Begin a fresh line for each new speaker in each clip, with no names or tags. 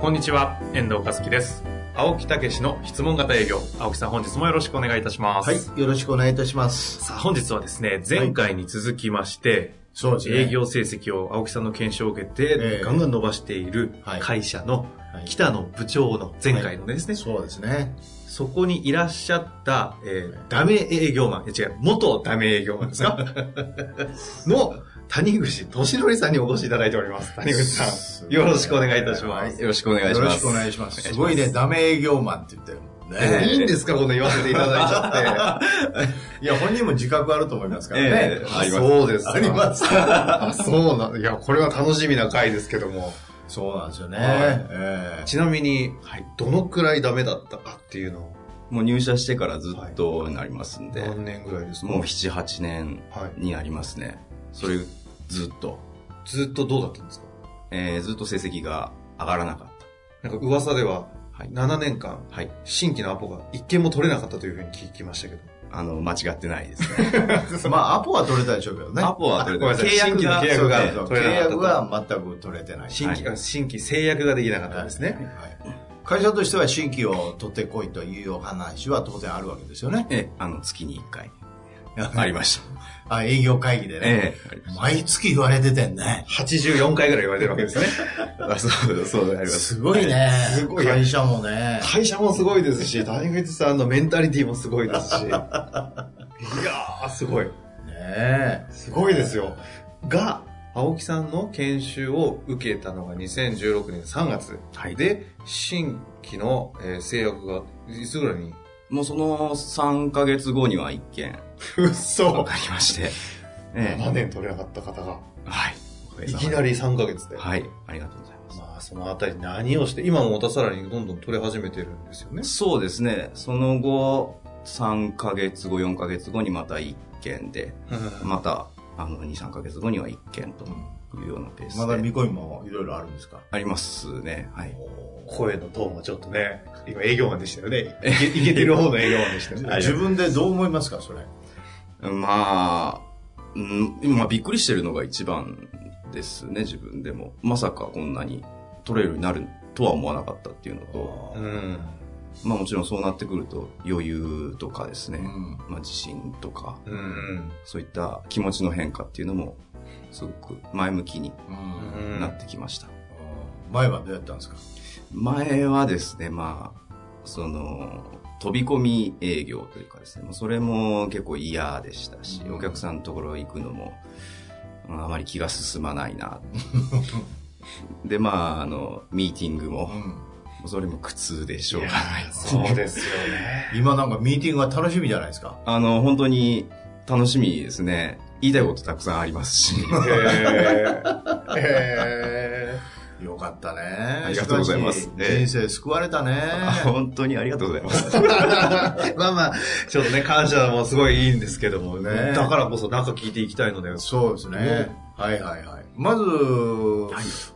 こんにちは、遠藤和樹です。青木武しの質問型営業。青木さん、本日もよろしくお願いいたします。
はい、よろしくお願いいたします。
さあ、本日はですね、前回に続きまして、
そうですね
営業成績を青木さんの検証を受けて、
ええ
ガンガン伸ばしている
はい
会社の
はい
北野部長の前回のですね、
そうですね。
そこにいらっしゃった、えーダメ営業マン、いや違う、元ダメ営業マンですかの谷口敏則さんにお越しいただいております。谷口さ
す
ん、
ごい
よろしくお願いいたします。
よろしくお願いし
よろ
ま
し
す。
くお願いします。すごいね、ダメ営業マンって言ったよ。
え
ね
え
いいんですかこんな言わせていただいちゃって。
いや、本人も自覚あると思いますからね。
ええあります
そうですか。
あります。
あそうなん、いや、これは楽しみな回ですけども。
そうなんですよね。
はい
え
ちなみに、はい、どのくらいダメだったかっていうのを、
もう入社してからずっとなりますんで、
何年ぐらいですか
もう7、8年
はい。
になりますね。それずっと、
ずっとどうだったんですか
えーずっと成績が上がらなかっ
なんか噂では、
はい
7年間、
た。はい。
新規のアポが一件も取れなかったというふうに聞きましたけど。
あの、間違ってないです ね。
えまあ、アポは取れたでしょうけどね。
アポは取れて
ごめんなさい新規の契約
そう
が
そう
取れなかった
契約は全く取れてない。
新規、
は
あ新規制約ができなかったんですね。
はい。会社としては新規を取ってこいという話は当然あるわけですよね。
ええ、あの、月に1回。ありました。
あ、営業会議でね。
ええ。
毎月言われててんね。
84回ぐらい言われてるわけですね。
あ そう、そう、あります。
すごいね。
すごい
会社もね。
会社もすごいですし、谷口さんのメンタリティもすごいです し。いやー、すごい。
ねえ。
すごいですよ。が、青木さんの研修を受けたのが2016年3月。
はい
で、新規の、えー制約が、いつぐらいに
もうその3ヶ月後には1件
嘘
わかりまして。ええ。
!7 年取れなかった方が、
はい。
いきなり3ヶ月で。
はい。ありがとうございます。
まあ、そのあたり何をして、今もまたさらにどんどん取れ始めてるんですよね。
そうですね。その後、3ヶ月後、4ヶ月後にまた1件で、また、あの、2、3ヶ月後には1件というようなペースで。
まだ見込みもいろいろあるんですか
ありますね。はい。
声のトーンもちょっとね、今営業マンでしたよ ね。いけいけてる方の営業マンでしたよね。
自分でどう思いますかそれ。
まあ、うん、今、まあびっくりしてるのが一番ですね、自分でも。まさかこんなに取れるようになるとは思わなかったっていうのと、
うん。
まあもちろんそうなってくると余裕とかですね、
うん
まあ自信とか、
うんうん。
そういった気持ちの変化っていうのも、すごく前向きに
うん
なってきました。
前はどうやったんですか
前はですね、まあ、その、飛び込み営業というかですね、もうそれも結構嫌でしたし、
うん
お客さんのところ行くのも、うんあまり気が進まない な。で、まあ、あの、ミーティングも、それも苦痛でしょうがない。
そうですよね。
今なんかミーティングが楽しみじゃないですか。
あの、本当に楽しみですね。言いたいことたくさんありますし。
へーへ
よかったね。
ありがとうございます
しかし人生救われたね。
本当にありがとうございます。
ー まあまあ、ちょっとね、感謝もすごいいいんですけどもね。
ね
だからこそ中聞いていきたいので、
そうですね。はいはいはい。まず、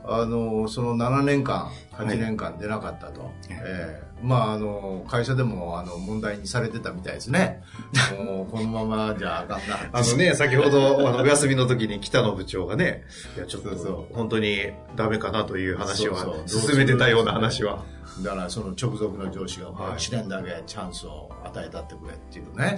あの、その7年間、8年間出なかったと。ええまあ、あの、会社でも、あの、問題にされてたみたいですね。もう、このままじゃあかんな。
あのね、先ほど、あの、お休みの時に北野部長がね、いや、ちょっ
そう
と
そ、
本当にダメかなという話
そうそうど
は、
うする
進めてたような話は。
だからその直属の上司が
はい
1年だけチャンスを与えたってくれっていうね、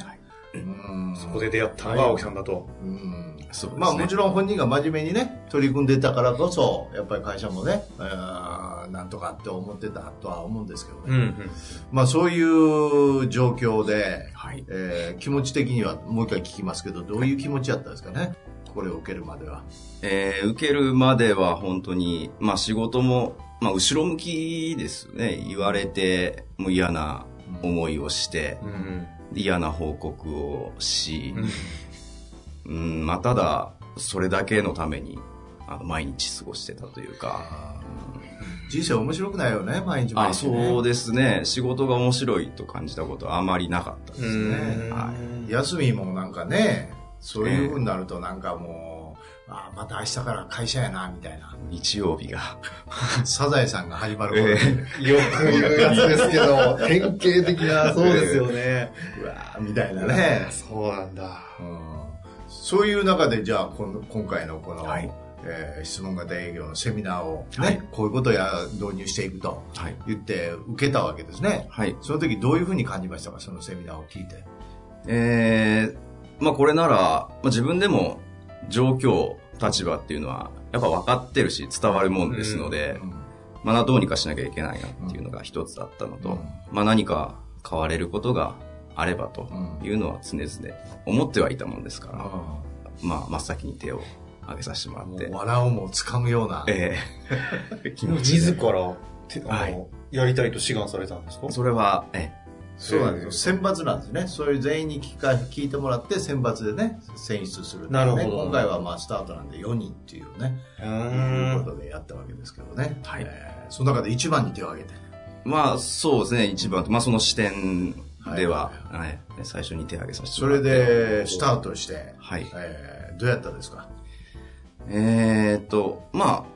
うん
そこで出会ったのが青木さんだと。
うん
そうですね。
まあもちろん本人が真面目にね取り組んでたからこそやっぱり会社もねあーなんとかって思ってたとは思うんですけどね、
ん。
まあそういう状況で、
はい。
えー気持ち的にはもう一回聞きますけどどういう気持ちだったんですかねこれを受けるまでは
えー受けるまでは本当に、まあ仕事も、まあ後ろ向きですね。言われて、もう嫌な思いをして、
うん。
嫌な報告をし
う、ん。
うん、まあただ、それだけのために、あの、毎日過ごしてたというか、
人生面白くないよね、毎日毎
あ、
日、ね。
そうですね。仕事が面白いと感じたことはあまりなかったですね。は
休みもなんかね、そういう風になるとなんかもう、あまた明日から会社やな、みたいな。
い。日曜日が。
サザエさんが始まる頃で、
よく言うやつですけど、典型的な、そうです よね。
うわーみたいなね。
そうなんだ。
うんそういう中で、じゃあ、この今回のこの、
はい
えー質問型営業のセミナーを、ね
はい
こういうことや導入していくと
はい。
言って受けたわけですね。
はい。
その時どういうふうに感じましたか、そのセミナーを聞いて。
えー、まあこれなら、まあ、自分でも状況、立場っていうのは、やっぱ分かってるし、伝わるもんですので、
うん
まあどうにかしなきゃいけないなっていうのが一つだったのと、
うん
まあ何か変われることがあればというのは常々思ってはいたもんですから、
あ
まあ真っ先に手を挙げさせてもら
ー
っ
も
て
う、笑をもつかむような。
え え気持ち
自
で
ら、てあ
は
の
い、
やりたいと志願されたんですか
それは、え
そうなんですよ。選抜なんですね。そういう全員に聞か聞いてもらって選抜でね、選出する、ね。
なるほど
今回はまあスタートなんで4人っていうね、
う
いうこ
ーん。
とでやったわけですけどね。
はい
えーその中で一番に手を挙げて。
えまあそうですね、一番と、まあその視点では、
は
はい最初に手を挙げさせて
そ
も
れ
らって。
で、スタートして、
はい。
えーどうやったですか
えーっと、ま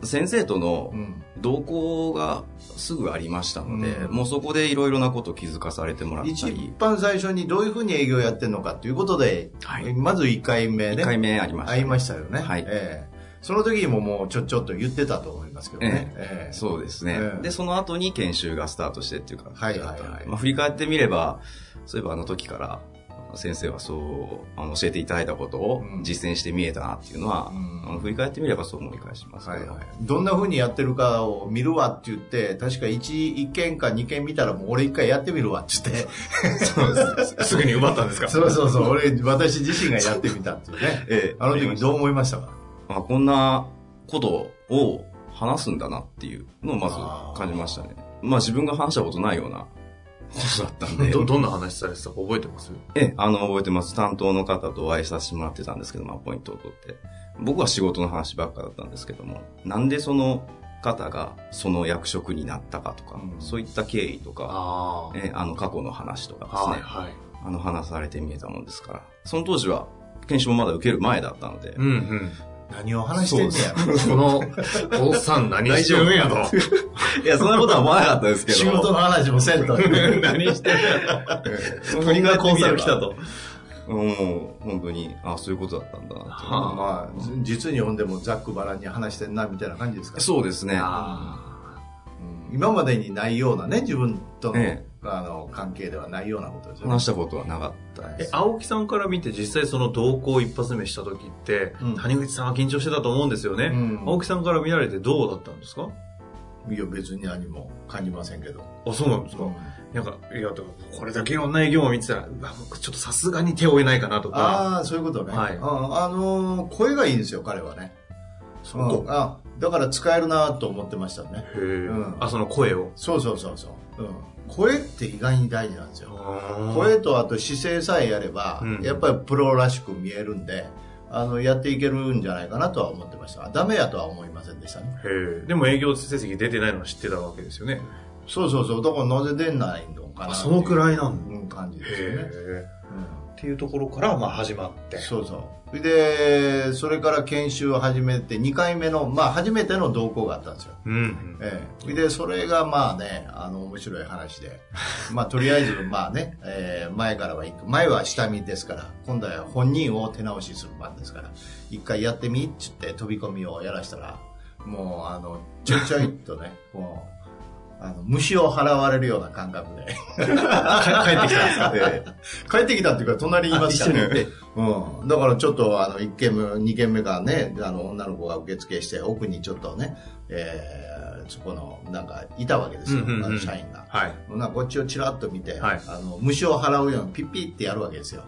あ、先生との
うん。
同行がすぐありましたので、
うん
もうそこでいろいろなことを気づかされてもらった
一
り、
番最初にどういうふうに営業やってるのかということで、
はい
まず1回目
1
ね。
回目ありました、
会いましたよね。
はい
えーその時にももうちょ、ちょっと言ってたと思いますけどね。えー
そうですね、
ええ
で、その後に研修がスタートしてっていう感じだったので、
はいはいはい
まあ、振り返ってみれば、そういえばあの時から、先生はそう、あの、教えていただいたことを
うん
実践して見えたなっていうのは、
うん
あの振り返ってみればそう思い返します
は
け
い
ど、
はい、どんな風にやってるかを見るわって言って、確か 1, 一件か2件見たらもう俺1回やってみるわって言って、
そうです。
すぐに奪ったんです か
そうそうそう、 俺、私自身がやってみたっていうね。
ええ
あの時どう思いましたか
あこんなことを話すんだなっていうのをまず感じましたね。まあ自分が話したことないようなことだったんで。
どんな話されてたか覚えてます
ええ、あの、覚えてます。担当の方とお会いさせてもらってたんですけど、まあポイントを取って。僕は仕事の話ばっかだったんですけども、なんでその方がその役職になったかとか、
うん
そういった経緯とか、
あ
ええあの過去の話とかですね、
はいはい。
あの話されて見えたもんですから、その当時は研修もまだ受ける前だったので、
うんうん。
何を話してんねや
この、おっさん何してるんや と。
いや、そんなことは思わなかったですけど、
仕事の話もせんと。ね
何してるんや と。国がコンサル来たと。
もう本当に、あそういうことだったんだなって
は
まあ、実に読んでもざっくばらんに話してんなみたいな感じですか
そうですね。
あ
うん今までにないようなね、自分との,、
え
あの関係ではないようなことですよね。
話したことはなかった
ーえ
です。、
青木さんから見て実際その同行一発目した時って、
うん
谷口さんは緊張してたと思うんですよね。
うん
青木さんから見られてどうだったんですか
いや、別に何も感じませんけど。
あ、そうなんですか、なんか、いや、でもこれだけいろんな営業を見てたら、うわもうちょっとさすがに手を負えないかなとか。
ああ、そういうことね。
はい
うんあのー声がいいんですよ、彼はね。
そ
うん
こ。
あだから使えるなと思ってましたね。
へえ、
うん
あ、その声を。
そうそうそうそう。うん、声って意外に大事なんですよ。
声
声とあと姿勢さえやれば、
うん
やっぱりプロらしく見えるんで、あの、やっていけるんじゃないかなとは思ってました。ダメやとは思いませんでしたね。
へえ。でも営業成績出てないのは知ってたわけですよね。
そうそうそう。だからなぜ出ないのかな
あ、そのくら
い
いなんだ。
うん感じ
へ
ですよね。
え。
うん
っていうところから、まあ始まって。
そうそうでそれから研修を始めて2回目のまあ初めての同行があったんですよ
うん。
ええでそれがまあねあの面白い話 でまあとりあえずまあね、えー前からは行く前は下見ですから今度は本人を手直しする番ですから一回やってみっつって飛び込みをやらしたらもうあのちょいちょいっと ねこうあの虫を払われるような感覚で帰ってきたんですか、 帰ってきたっていうか隣にいましたねうん、だからちょっとあの1軒目2軒目がねあの女の子が受付して奥にちょっとね、えーそこのなんかいたわけですよ、
うんうんうん
あの社員が。
はい。
なんかこっちをちらっと見て、
はい
あの虫を払うようにピッピってやるわけですよ。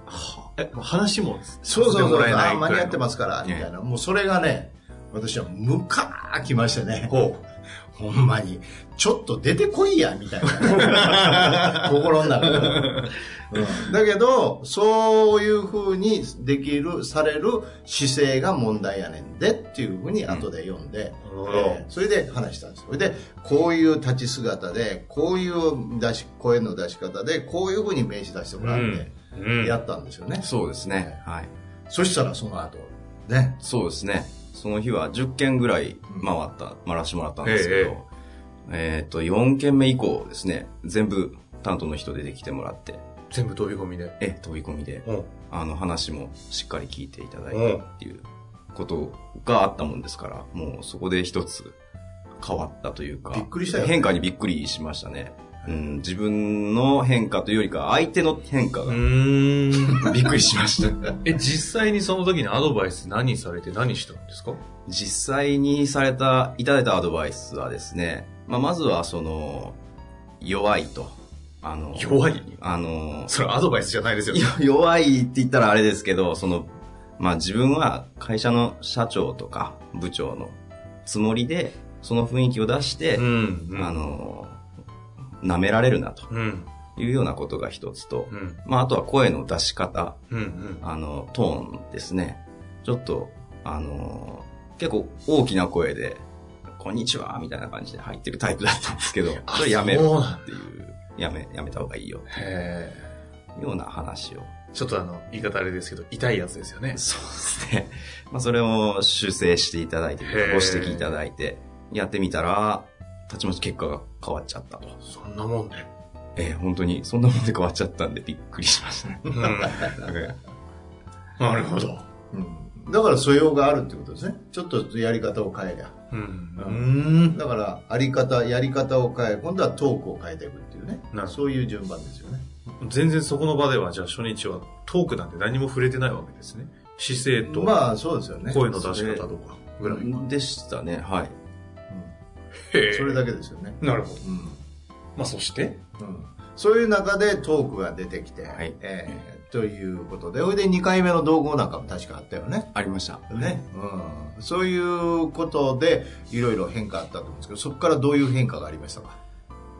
え、もう話も、
そうそうそう、あー間に合って
す
ますから、みたいな。もうそれがね、私はムカーきましてね。
ほ
ほんまに、ちょっと出てこいや、みたい な。心の中で、うん。だけど、そういうふうにできる、される姿勢が問題やねんでっていうふうに後で読んで、
うんなるほど
えーそれで話したんです。それで、こういう立ち姿で、こういう出し声の出し方で、こういうふうに名刺出してもらって、
うん
やったんですよね。
そうですね。はい。
そしたらその後、ね。
そうですね。その日は10件ぐらい回った、回らしてもらったんですけど、えっ、と、4件目以降ですね、全部担当の人出てきてもらって、
全部飛び込みで。
え、飛び込みで、
うん。
あの話もしっかり聞いていただいてっていうことがあったもんですから、もうそこで一つ変わったというか、
びっくりしたよね
変化にびっくりしましたね。うん、自分の変化というよりか、相手の変化
う
が
ーん。
びっくりしました。
え、実際にその時にアドバイス何されて何したんですか
実際にされた、いただいたアドバイスはですね、まあ、まずはその、弱いと。あの、
弱い
あの、
それアドバイスじゃないですよ
い
ね
や。弱いって言ったらあれですけど、その、まあ自分は会社の社長とか部長のつもりで、その雰囲気を出して、
ん
あ、の、舐められるなと
うん。
いうようなことが一つと、
うん。
まああとは声の出し方、
うん。うん。
あの、トーンですね。ちょっと、あの、結構大きな声で、こんにちはみたいな感じで入ってるタイプだったんですけど、それやめろ
そうなん
っていう、やめ、やめた方がいいよ、
へー
ような話を
ちょっとあの、言い方あれですけど、痛いやつですよね。
そうですね。 まあ、それを修正していただいて、
へ
ご
ー
指摘いただいて、やってみたら、たちまち結果が変わっちゃったと。
そんなもんで。
えー本当に、そんなもんで変わっちゃったんでびっくりしまし たね。
うん。なるほど。
うん。だから素養があるってことですね。ちょっとやり方を変えりゃ。
う。
うんだから、あり方、やり方を変え、今度はトークを変えていくっていうね
なる。ほど
そういう順番ですよね。
全然そこの場では、じゃあ初日はトークなんて何も触れてないわけですね。姿勢と、
まあ、そうですよね。
声の出し方とかぐらい。
でしたね、はい。
へー
それだけですよね。
なるほど。
うん。
まあそして、
うんそういう中でトークが出てきて、
はい
えーということで、それで2回目の動画なんかも確かあったよね。
ありました。
ね。うん。そういうことで、いろいろ変化あったと思うんですけど、そこからどういう変化がありましたか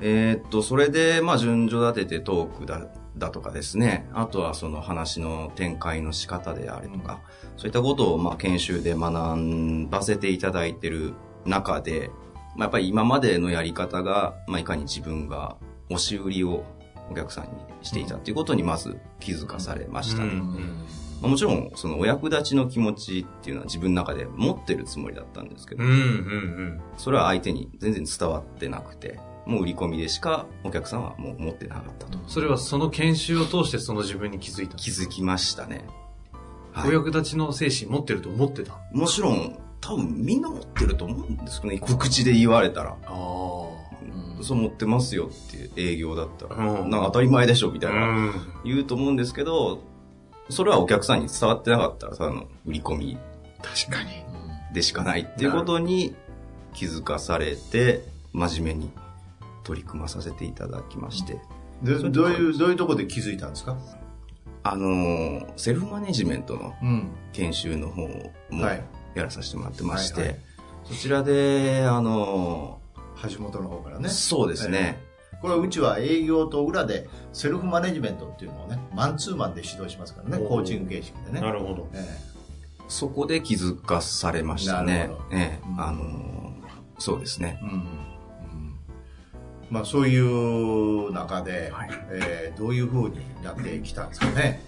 えーっと、それで、まあ、順序立ててトークだ、だとかですね。あとは、その話の展開の仕方であれとか、そういったことを、まあ、研修で学ばせていただいてる中で、まあ、やっぱり今までのやり方が、まあ、いかに自分が押し売りをお客さんにしていたということに、まず気づかされましたね。
うん
まあもちろん、そのお役立ちの気持ちっていうのは自分の中で持ってるつもりだったんですけど
うん、うん
それは相手に全然伝わってなくて、もう売り込みでしかお客さんはもう持ってなかったと
うん。それはその研修を通してその自分に気づいたんです
気づきましたね。は
お
い、
役立ちの精神持ってると思ってた。あ
もちろん、多分みんな持ってると思うんですけどね、一口で言われたら。
あ。
そう持ってますよって営業だったら、
うん
なんか当たり前でしょみたいうな、
ん。
言うと思うんですけど、それはお客さんに伝わってなかったら、ただの売り込み
確かに。
でしかないっていうことに気づかされて、真面目に取り組まさせていただきまして。
でどういう、どういうところで気づいたんですか
あのーセルフマネジメントの
うん。
研修の方をも
はい
やらさせてもらってまして、
はいはい
そちらで、あの
橋本の方から
ー
ね。
そうですね、
これうちは営業と裏でセルフマネジメントっていうのをね、マンツーマンで指導しますからね、
おー
コーチング形式でね。
るほど。
え
そこで気づかされました
な
ね
るほ。
ええ
うん
あのーそうですね
え。うんうんまあそういう中で、
はい
えーどういうふうになってきたんですかね。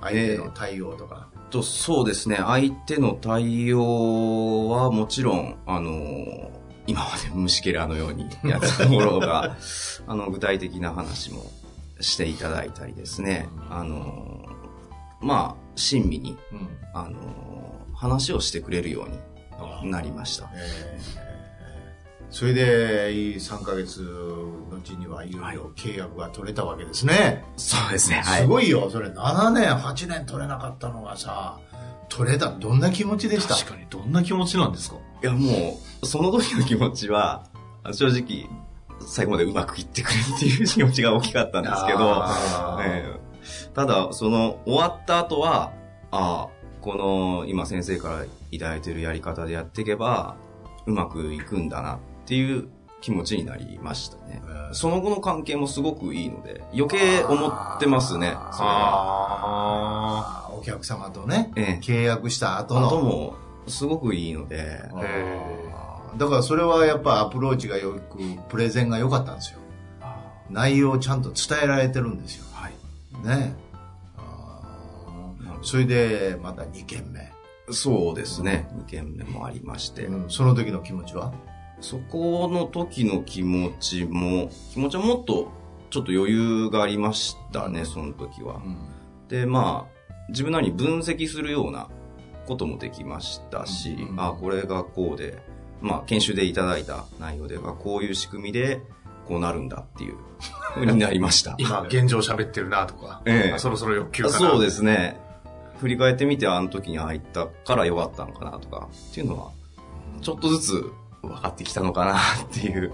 相手の対応とか。
と、そうですね。相手の対応はもちろん、あのー今まで虫けらのようにやってたところ が、あの、具体的な話もしていただいたりですね。あのーまあ、親身に、
うん
あのー話をしてくれるようになりました。
えーそれで3ヶ月のうちにはいよいよ契約が取れたわけですね。
そうですね。は
す
い。
ごいよ、それ7年、8年取れなかったのがさ、取れた、どんな気持ちでした
確かに、どんな気持ちなんですか
いや、もう、その時の気持ちは、正直、最後までうまくいってくれっていう気持ちが大きかったんですけど、
あー
ええただ、その、終わった後は、ああ、この、今先生からいただいてるやり方でやっていけば、うまくいくんだなってっていう気持ちになりましたね。
ー
その後の関係もすごくいいので、余計思ってますね。それは
あ
あーお客様とね、
ええ
契約した後
あと
の。
も、すごくいいので、
あー
へ
だからそれはやっぱアプローチがよく、プレゼンが良かったんですよ。内容をちゃんと伝えられてるんですよ。
はい。
ねあーそれで、また2件目、
そうですね。2件目もありまして、
うんその時の気持ちは
そこの時の気持ちも、気持ちはもっと、ちょっと余裕がありましたね、その時は。で、まあ、自分なりに分析するようなこともできましたし、
うん
あ、これがこうで、まあ、研修でいただいた内容では、こういう仕組みで、こうなるんだっていうふうになりました
ー。今、現状喋ってるなとか、
ええ
あそろそろ欲求
あ
かな
そうですね。振り返ってみて、あの時に入ったから良かったのかなとか、っていうのは、ちょっとずつ分かってきたのかなっていう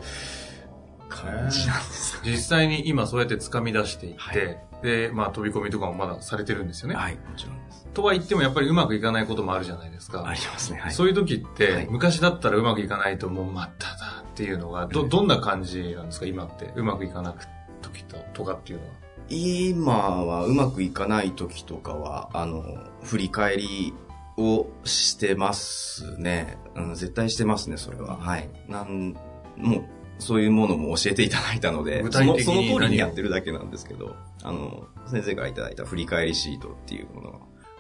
感じなんです。
実際に今そうやって掴み出していって、
はい
で、まあ飛び込みとかもまだされてるんですよね。
はい、もちろんです。
とは言ってもやっぱりうまくいかないこともあるじゃないですか。
ありますね。はい。
そういう時って、
はい
昔だったらうまくいかないともうまただっていうのが、ど、どんな感じなんですか今って。うまくいかなく時と、とかっていうのは。
今はうまくいかない時とかは、あの、振り返りをしてますね。うん、絶対してますね、それは。はい。なん、もう、そういうものも教えていただいたので、
具体的に
そのその通り
何を
にやってるだけなんですけど、あの、先生からいただいた振り返りシートっていうもの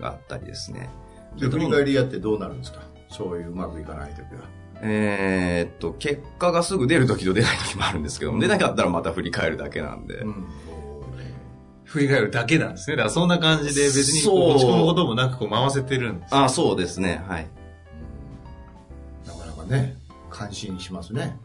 があったりですね。
で振り返りやってどうなるんですかそういううまくいかない時は。
えーっと、結果がすぐ出る時と出ない時もあるんですけども、出なかったらまた振り返るだけなんで。
振り返るだけなんですね。だからそんな感じで別にこ
そ
う
う
落ち込むこともなくこう回せてるんです。
あ、そうですね、はい。
なかなかね、感心しますね。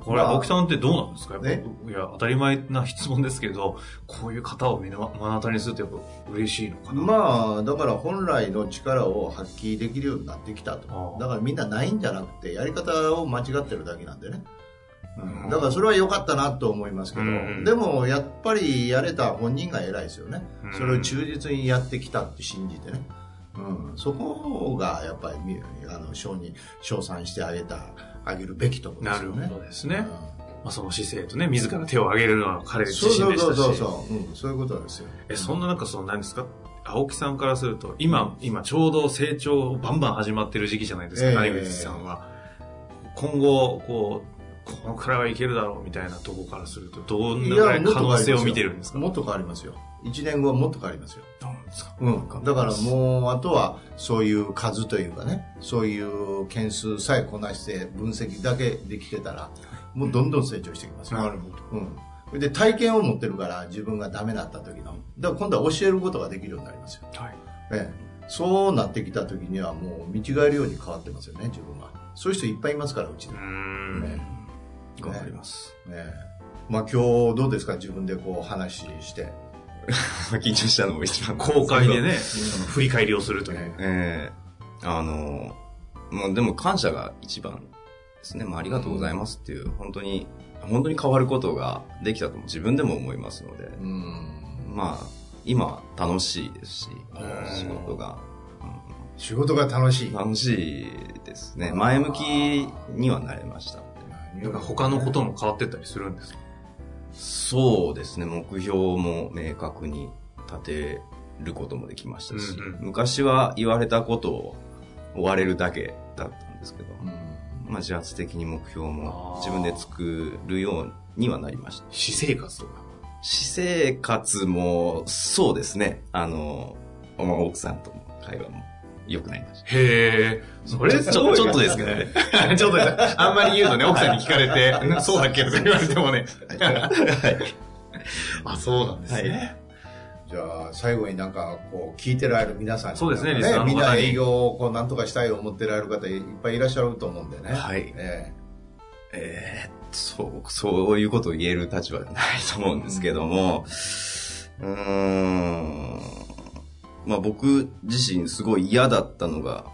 これ、
まあ
青木さんってどうなんですかやっぱ
ね
いや、当たり前な質問ですけど、こういう方を目の目の当たりにするとやっぱ嬉しいのかな。
まあ、だから本来の力を発揮できるようになってきた
あ
と
あ。
だからみんなないんじゃなくて、やり方を間違ってるだけなんでね。うんだからそれは良かったなと思いますけど、
うん
でもやっぱりやれた本人が偉いですよね、
うん
それを忠実にやってきたって信じてね、うん、そこがやっぱりみあの賞に称賛してあげたあげるべきところで
な
す
る
よね
ほどですね。まあ、その姿勢とね、自ら手を挙げるのは彼
うん
自
そう
身
そ
でし
うそ
た
う
し。
そうそう、うん、そういうことですよ
え、そんな中、その何ですか青木さんからすると、今、今ちょうど成長バンバン始まってる時期じゃないですか、
ええ
谷口さんは。今後、こう、このくらいはいけるだろうみたいなとこからすると、どんなぐらい可能性を見てるんですか
もっと変わりますよ1年後はもっと変わりますよ
どうなんですか
うん、だからもうあとはそういう数というかねそういう件数さえこなして分析だけできてたらもうどんどん成長してきますよ、
なるほど。
うん、それで体験を持ってるから自分がダメだった時のだから今度は教えることができるようになりますよ、
はい。
ええ、そうなってきた時にはもう見違えるように変わってますよね自分がそういう人いっぱいいますからうちで、
うー
ね
ん。
頑張ります。
えまあ今日どうですか自分でこう話して
緊張したのも一番
公開でね、その振り返りをするという。
ええあの、まあでも感謝が一番ですね。まあありがとうございますっていう、本当に、本当に変わることができたとも自分でも思いますので、
うん
まあ、今楽しいですし
ん、
仕事が
仕事が楽しい
楽しいですね。前向きにはなれました。
なんか他のことも変わってったりするんですか
そうですね、目標も明確に立てることもできましたし、
うんうん
昔は言われたことを追われるだけだったんですけど、
うん
まあ、自発的に目標
あー
も自分で作るようにはなりました。
私生活とか。
私生活もそうですね。あの、まあ奥さんとの会話も良くなりました。
へえ、それ
ちょちょっとですけどね。
ちょっとね あんまり言うとね、奥さんに聞かれて、 んそうだっけとか言われてもね。あ、そうなんですね。
じゃあ最後になんかこう聞いてられる皆さんに
そうですねリスナーの方に
みんな営業をこうなんとかしたいと思ってられる方いっぱいいらっしゃると思うんでね、
はい
え
えーそう、そういうことを言える立場じゃないと思うんですけども、うーん、まあ僕自身すごい嫌だったのが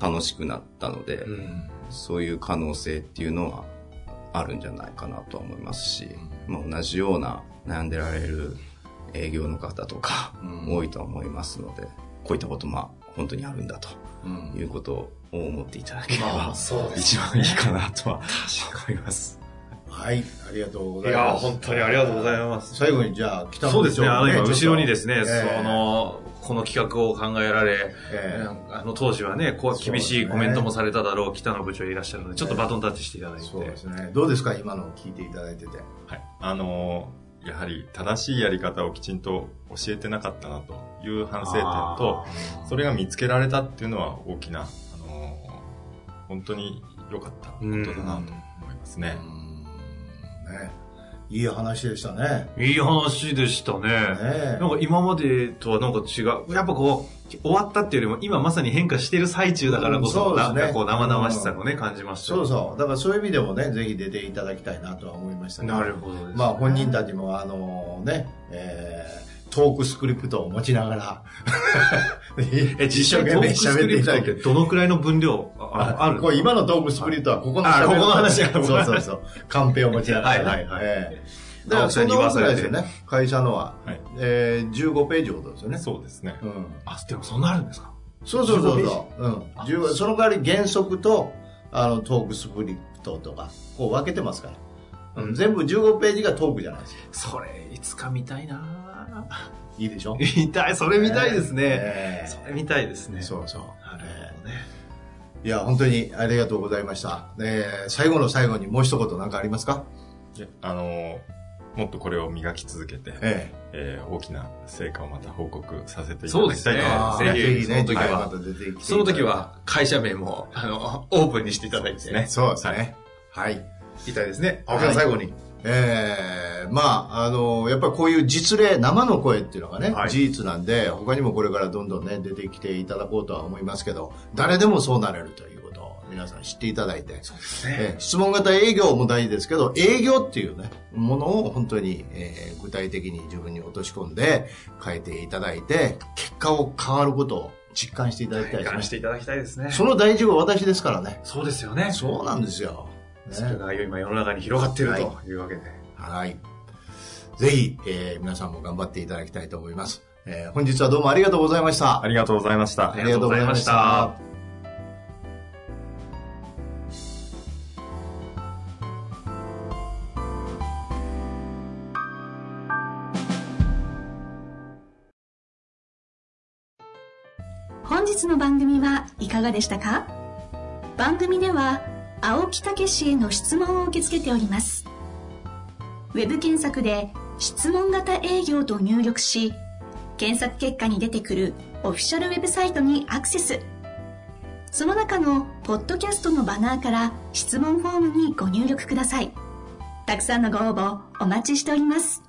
楽しくなったので、
うん
そういう可能性っていうのはあるんじゃないかなとは思いますし、まあ、同じような悩んでられる営業の方とか
うん
多いとは思いますので、こういったことも本当にあるんだと
うん
いうことを思っていただけれ
まあ、
ば、
そうです。
一番いいかなとは思います。
はい、ありがとうご
い
ざいます。
や、本当にありがとうございます。
最後にじゃあ、北野、
そうですね、あの、今、後ろにですすね、
ええ
その、この企画を考えられ、
ええ
あの当時はね、こう厳しいコメントもされただろう、北野部長いらっしゃるので、ちょっとバトンタッチしていただいて。
そうですね。どうですか、今の聞いていただいてて。
はい、あのーやはり正しいやり方をきちんと教えてなかったなという反省点と、それが見つけられたっていうのは大きな、あのー本当に良かったことだなと思いますね
う。んね、いい話でしたね。
いい話でしたね。
ね
なんか今までとはなんか違う。やっぱこう、終わったっていうよりも、今まさに変化してる最中だからこそ、
うんそうです
な
ね
んかこう生々しさをね、感じました。
そうそう。だからそういう意味でもね、ぜひ出ていただきたいなとは思いましたね
なるほどです。
まあ本人たちもあのね、えートークスクリプトを持ちながら、
え、実際トークスクリプト ってどのくらいの分量あある
こう今のトークスプリットはここの
あ
喋り
ここの話が
そうそうそう。カンペを持ちながらね。
はいはいはい
ええだか
青
ら
木
そ
さん
ん
に言
なこ
わ
と
さ
ぐら
れ
い
て
ですよね。会社のは。
はい
えー、15ページほどですよね。
そうですね。
うん。
あ、でもそんなあるんですか
そうそうそうそう。うん。15その代わり原則と、あの、トークスプリットとか、こう分けてますから。うん、全部15ページがトークじゃないですか。
それ、いつか見たいなぁ
いいでしょ
見たい、それ見たいですね。
ええ
それ見たいですね。
そうそう。
なるほどね。
いや、本当にありがとうございました。えー最後の最後にもう一言何かありますか
いやあのーもっとこれを磨き続けて、
え
えー大きな成果をまた報告させていた
そう
だ
で
き
す
たい
ね
と思います。
え
ぜひ
ぜひ
その時は
ね、次回また出てきていただいて
その時。は会社名も、あの、オープンにしていただいて、ね、
そうですね。はい。
いたいですね。
はい
最後に。
えーまあ、あの、やっぱりこういう実例、生の声っていうのがね、
はい
事実なんで、他にもこれからどんどんね、出てきていただこうとは思いますけど、誰でもそうなれるということを皆さん知っていただいて、
そうです
えー質問型営業も大事ですけど、営業っていうね、ものを本当に、えー具体的に自分に落とし込んで変えていただいて、結果を変わることを実感していただきたい
体感
で
し
す
て
ね。
いただきたいですね。
その第一号私ですからね。
そうですよね。
そうなんですよ。ね
それが今世の中に広がってるというわけで。
はい。ぜひ、えー皆さんも頑張っていただきたいと思います。えー本日はどうもありがとうございました。
ありがとうございました
あ。りがとうございました。
本日の番組はいかがでしたか番組では青木武氏への質問を受け付けておりますウェブ検索で「質問型営業」と入力し検索結果に出てくるオフィシャルウェブサイトにアクセスその中のポッドキャストのバナーから質問フォームにご入力くださいたくさんのご応募お待ちしております